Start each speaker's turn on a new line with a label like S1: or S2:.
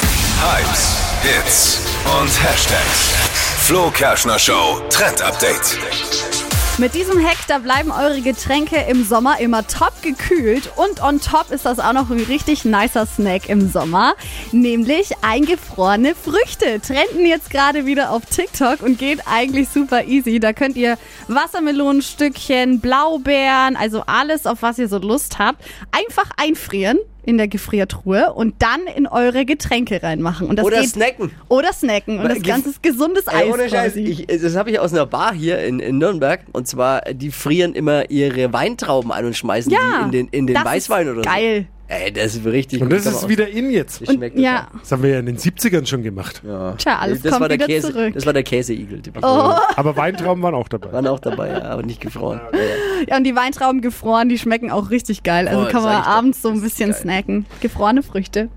S1: Hypes, Hits und Hashtags. Flo Kerschner Show Trend Update.
S2: Mit diesem Hack, da bleiben eure Getränke im Sommer immer top gekühlt und on top ist das auch noch ein richtig nicer Snack im Sommer, nämlich eingefrorene Früchte. Trenden jetzt gerade wieder auf TikTok und geht eigentlich super easy. Da könnt ihr Wassermelonenstückchen, Blaubeeren, also alles, auf was ihr so Lust habt, einfach einfrieren in der Gefriertruhe und dann in eure Getränke reinmachen. Und das
S3: Oder
S2: geht,
S3: snacken.
S2: Oder snacken. Und das
S3: Ge-
S2: Ganze ist gesundes Eis.
S3: Ey, ohne Scheiß,
S2: quasi.
S3: ich, das habe ich aus einer Bar hier in, in Nürnberg. Und zwar, die frieren immer ihre Weintrauben an und schmeißen
S2: ja,
S3: die in den, in den
S2: das
S3: Weißwein
S2: ist
S3: oder
S2: geil.
S3: so. Ey, das ist richtig
S4: Und
S3: gut.
S4: das
S3: Kann man
S4: ist
S3: auch-
S4: wieder in jetzt.
S3: Das schmeckt
S2: Ja,
S4: Das haben wir ja in den 70ern schon gemacht. Also,
S3: total.
S2: Tja, alles
S3: das
S2: kommt
S3: war der
S2: wieder
S3: Käse,
S2: zurück.
S3: Das war der Käseigel. Die
S4: Aber Weintrauben waren auch dabei.
S3: Waren auch dabei, ja, aber nicht gefroren. Ja, ja.
S2: Ja, und die Weintrauben gefroren, die schmecken auch richtig geil. Also
S3: Voll,
S2: kann
S3: sag
S2: man
S3: ich doch.
S2: abends so ein
S3: Das ist
S2: bisschen
S3: geil.
S2: snacken. Gefrorene Früchte.